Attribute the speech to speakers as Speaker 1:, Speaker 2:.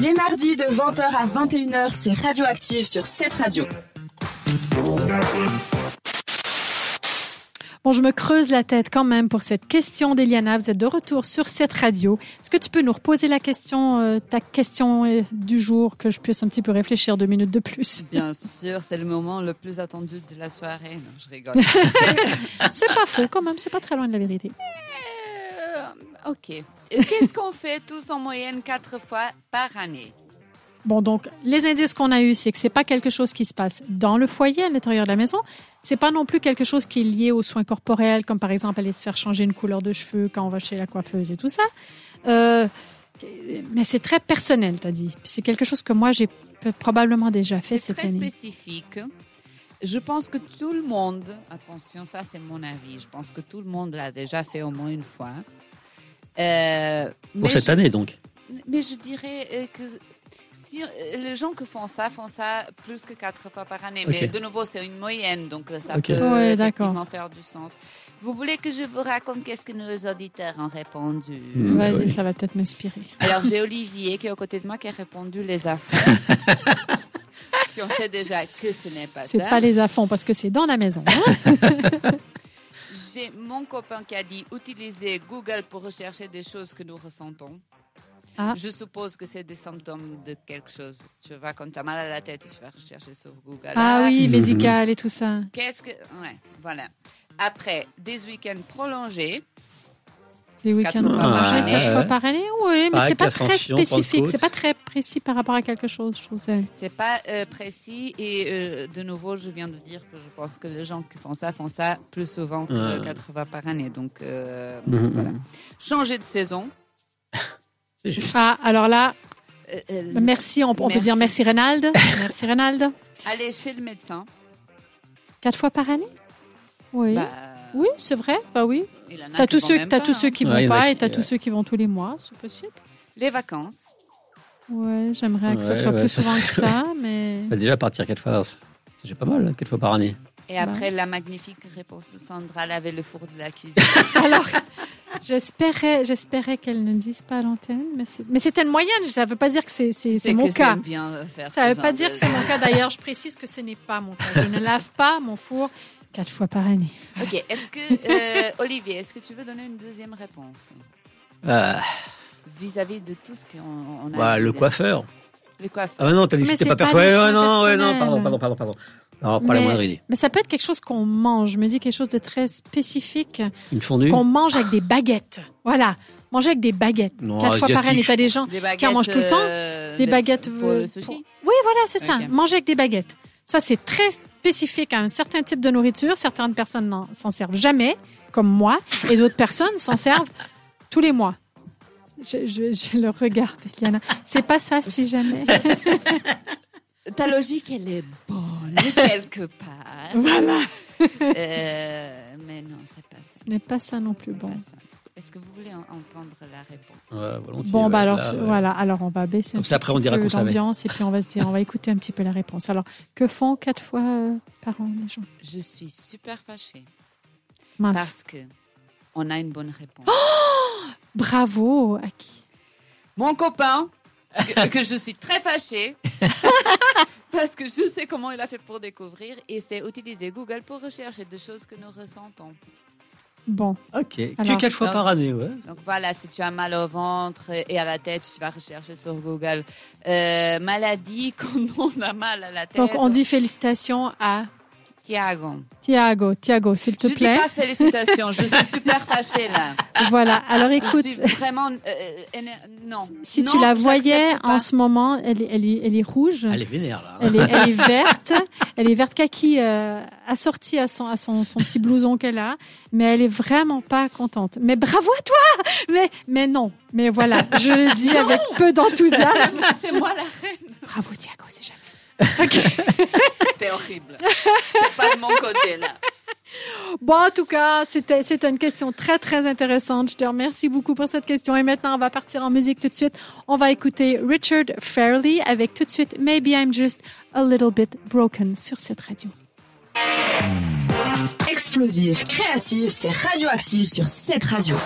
Speaker 1: Les mardis de 20h à 21h, c'est Radioactive sur cette radio.
Speaker 2: Bon, je me creuse la tête quand même pour cette question d'Eliana. Vous êtes de retour sur cette radio. Est-ce que tu peux nous reposer la question, euh, ta question euh, du jour, que je puisse un petit peu réfléchir deux minutes de plus
Speaker 3: Bien sûr, c'est le moment le plus attendu de la soirée. Non, je rigole.
Speaker 2: C'est pas faux quand même, c'est pas très loin de la vérité.
Speaker 3: Euh, ok. Et Qu'est-ce qu'on fait tous en moyenne quatre fois par année
Speaker 2: Bon, donc, les indices qu'on a eus, c'est que c'est pas quelque chose qui se passe dans le foyer, à l'intérieur de la maison. C'est pas non plus quelque chose qui est lié aux soins corporels, comme par exemple aller se faire changer une couleur de cheveux quand on va chez la coiffeuse et tout ça. Euh, mais c'est très personnel, t'as dit. Puis C'est quelque chose que moi, j'ai p- probablement déjà fait
Speaker 3: C'est
Speaker 2: cette
Speaker 3: très
Speaker 2: année.
Speaker 3: spécifique. Je pense que tout le monde, attention, ça c'est mon avis, je pense que tout le monde l'a déjà fait au moins une fois. Euh, mais
Speaker 4: Pour cette
Speaker 3: je-
Speaker 4: année, donc.
Speaker 3: Mais je dirais euh, que si, euh, les gens qui font ça font ça plus que quatre fois par année. Mais
Speaker 4: Ok.
Speaker 3: de nouveau, c'est une moyenne, donc euh, ça
Speaker 4: Ok.
Speaker 3: peut
Speaker 2: Ouais, d'accord.
Speaker 3: effectivement faire du sens. Vous voulez que je vous raconte qu'est-ce que nos auditeurs ont répondu
Speaker 4: Hmm.
Speaker 2: Vas-y,
Speaker 4: Ouais.
Speaker 2: ça va peut-être m'inspirer.
Speaker 3: Alors j'ai Olivier qui est aux côtés de moi qui a répondu les affaires. Puis on sait déjà que ce n'est pas
Speaker 2: C'est
Speaker 3: Bah, ça.
Speaker 2: pas les affronts parce que c'est dans la maison. hein.
Speaker 3: J'ai mon copain qui a dit utiliser Google pour rechercher des choses que nous ressentons.
Speaker 2: Ah.
Speaker 3: Je suppose que c'est des symptômes de quelque chose. Tu vas quand tu as mal à la tête, tu vas rechercher sur Google.
Speaker 2: ah oui,
Speaker 4: Mhm.
Speaker 2: médical et tout ça.
Speaker 3: Qu'est-ce que. Ouais, voilà. Après, des week-ends prolongés.
Speaker 2: Des week-ends
Speaker 3: Quatre
Speaker 2: par
Speaker 4: fois
Speaker 2: année,
Speaker 4: par
Speaker 2: quatre
Speaker 4: année.
Speaker 2: fois par année, oui, mais
Speaker 4: Pâques,
Speaker 2: c'est pas très
Speaker 4: Ascension,
Speaker 2: spécifique,
Speaker 4: Pentecôte.
Speaker 2: c'est pas très précis par rapport à quelque chose, je trouve. ça.
Speaker 3: C'est pas euh, précis et euh, de nouveau, je viens de dire que je pense que les gens qui font ça font ça plus souvent que
Speaker 4: Ah.
Speaker 3: 80 par année. Donc euh,
Speaker 4: Mhm.
Speaker 3: voilà. Changer de saison.
Speaker 4: C'est juste.
Speaker 2: Ah, alors là,
Speaker 3: Euh, euh,
Speaker 2: merci, on, on peut
Speaker 3: Merci.
Speaker 2: dire merci Reynald, merci Reynald,
Speaker 3: aller chez le médecin.
Speaker 2: quatre fois par année, oui,
Speaker 3: Bah,
Speaker 2: oui, c'est vrai, bah oui.
Speaker 3: il y en a
Speaker 2: T'as
Speaker 3: qui
Speaker 2: tous
Speaker 3: vont
Speaker 2: ceux,
Speaker 3: même
Speaker 2: t'as
Speaker 3: pas,
Speaker 2: tous
Speaker 3: hein.
Speaker 2: ceux qui
Speaker 4: Ouais,
Speaker 2: vont
Speaker 4: il y en a
Speaker 2: pas
Speaker 4: qui-
Speaker 2: et t'as tous
Speaker 4: ouais.
Speaker 2: ceux qui vont tous les mois, c'est possible.
Speaker 3: Les vacances.
Speaker 2: Ouais, j'aimerais que ça
Speaker 4: Ouais,
Speaker 2: soit
Speaker 4: ouais,
Speaker 2: plus
Speaker 4: ça
Speaker 2: souvent que
Speaker 4: serait-
Speaker 2: ça, mais
Speaker 4: Bah, déjà, partir quatre fois, c'est déjà pas mal, hein, quatre fois par année.
Speaker 3: Et
Speaker 2: Bah.
Speaker 3: après, la magnifique réponse de Sandra, laver le four de la cuisine.
Speaker 2: alors. J'espérais, j'espérais qu'elle ne le dise pas à l'antenne, mais c'est, mais c'est une moyenne. Ça veut pas dire que c'est, c'est, c'est
Speaker 3: que
Speaker 2: mon cas.
Speaker 3: j'aime bien faire
Speaker 2: Ça
Speaker 3: ce
Speaker 2: ne veut pas
Speaker 3: genre
Speaker 2: dire
Speaker 3: de-
Speaker 2: que c'est mon cas d'ailleurs. Je précise que ce n'est pas mon cas. Je ne lave pas mon four quatre fois par année.
Speaker 3: Ok, est-ce que, euh, Olivier, est-ce que tu veux donner une deuxième réponse
Speaker 4: Euh,
Speaker 3: vis-à-vis de tout ce qu'on on a
Speaker 4: bah,
Speaker 3: dit
Speaker 4: le
Speaker 3: de-
Speaker 4: coiffeur.
Speaker 3: Le coiffeur.
Speaker 4: Ah, bah non, t'as dit
Speaker 2: Mais
Speaker 4: que c'était
Speaker 2: c'est
Speaker 4: pas
Speaker 2: pas
Speaker 4: perso. Ouais,
Speaker 2: des
Speaker 4: ouais,
Speaker 2: soins
Speaker 4: non, ouais, non,
Speaker 2: personnels.
Speaker 4: pardon, pardon, pardon, pardon. Non, pas la
Speaker 2: Mais-
Speaker 4: moindre idée.
Speaker 2: Mais ça peut être quelque chose qu'on mange. Je me dis quelque chose de très spécifique
Speaker 4: Une fondue
Speaker 2: qu'on mange avec des baguettes. Voilà, manger avec des baguettes
Speaker 4: Non,
Speaker 2: quatre fois par
Speaker 4: Oh, asiatique,
Speaker 2: année.
Speaker 4: je
Speaker 2: T'as des gens,
Speaker 3: Des baguettes.
Speaker 2: Qui en Ah. mange tout le temps
Speaker 3: euh,
Speaker 2: des
Speaker 3: de-
Speaker 2: baguettes
Speaker 3: pour
Speaker 2: euh,
Speaker 3: le sushi.
Speaker 2: pour- Oui, voilà, c'est ça.
Speaker 3: Ok.
Speaker 2: Manger avec des baguettes. Ça, c'est très spécifique à un certain type de nourriture. Certaines personnes n'en- s'en servent jamais, comme moi, et d'autres personnes s'en servent tous les mois. Je, je- je le regarde, Eliana. C'est pas ça, si jamais.
Speaker 3: Ta logique, elle est bonne quelque part.
Speaker 2: voilà.
Speaker 3: Euh, mais non, c'est pas ça.
Speaker 2: Ce n'est pas ça non plus.
Speaker 3: C'est
Speaker 2: Bon.
Speaker 3: pas ça. Est-ce que vous voulez en- entendre la réponse
Speaker 4: Ouais, volontiers,
Speaker 2: Bon, bah
Speaker 4: ouais,
Speaker 2: alors,
Speaker 4: là, ouais.
Speaker 2: voilà. Alors, on va baisser un
Speaker 4: Comme ça,
Speaker 2: petit
Speaker 4: après, on dira
Speaker 2: peu
Speaker 4: qu'on savait.
Speaker 2: l'ambiance et puis on va se dire, on va écouter un petit peu la réponse. Alors, que font quatre fois euh, par an les gens
Speaker 3: Je suis super fâchée
Speaker 2: Mince.
Speaker 3: parce que on a une bonne réponse.
Speaker 2: Bravo à qui
Speaker 3: Mon copain, que, que je suis très fâchée parce que je sais comment il a fait pour découvrir et c'est utiliser Google pour rechercher des choses que nous ressentons.
Speaker 2: Bon,
Speaker 4: Ok,
Speaker 2: Alors, Hum.
Speaker 4: que quatre fois
Speaker 3: non.
Speaker 4: par année, ouais.
Speaker 3: Donc voilà, si tu as mal au ventre et à la tête, tu vas rechercher sur Google euh, maladie quand on a mal à la tête.
Speaker 2: donc on dit félicitations à
Speaker 3: Thiago.
Speaker 2: Thiago, Thiago, s'il te
Speaker 3: je
Speaker 2: plaît.
Speaker 3: dis pas félicitations, je suis super fâchée là.
Speaker 2: Voilà. Alors écoute,
Speaker 3: Ah, je suis vraiment euh, euh, éner- non.
Speaker 2: si
Speaker 3: Non,
Speaker 2: tu la
Speaker 3: j'accepte
Speaker 2: voyais
Speaker 3: pas.
Speaker 2: en ce moment, elle, est- elle, est- elle est rouge.
Speaker 4: Elle est vénère, là.
Speaker 2: Elle est, elle est verte, elle est verte kaki euh, assortie à son à son, son petit blouson qu'elle a, mais elle est vraiment pas contente. Mais bravo à toi Mais mais non, mais voilà, je le dis avec peu d'enthousiasme.
Speaker 3: c'est moi la reine.
Speaker 2: Bravo Thiago, c'est jamais.
Speaker 3: T'es horrible. T'es pas de mon côté là.
Speaker 2: Bon, en tout cas, c'était c'était une question très très intéressante. Je te remercie beaucoup pour cette question et maintenant on va partir en musique tout de suite. On va écouter Richard Fairley avec tout de suite Maybe I'm Just a Little Bit Broken sur cette radio.
Speaker 1: Explosif, créatif, c'est Radioactive sur cette radio.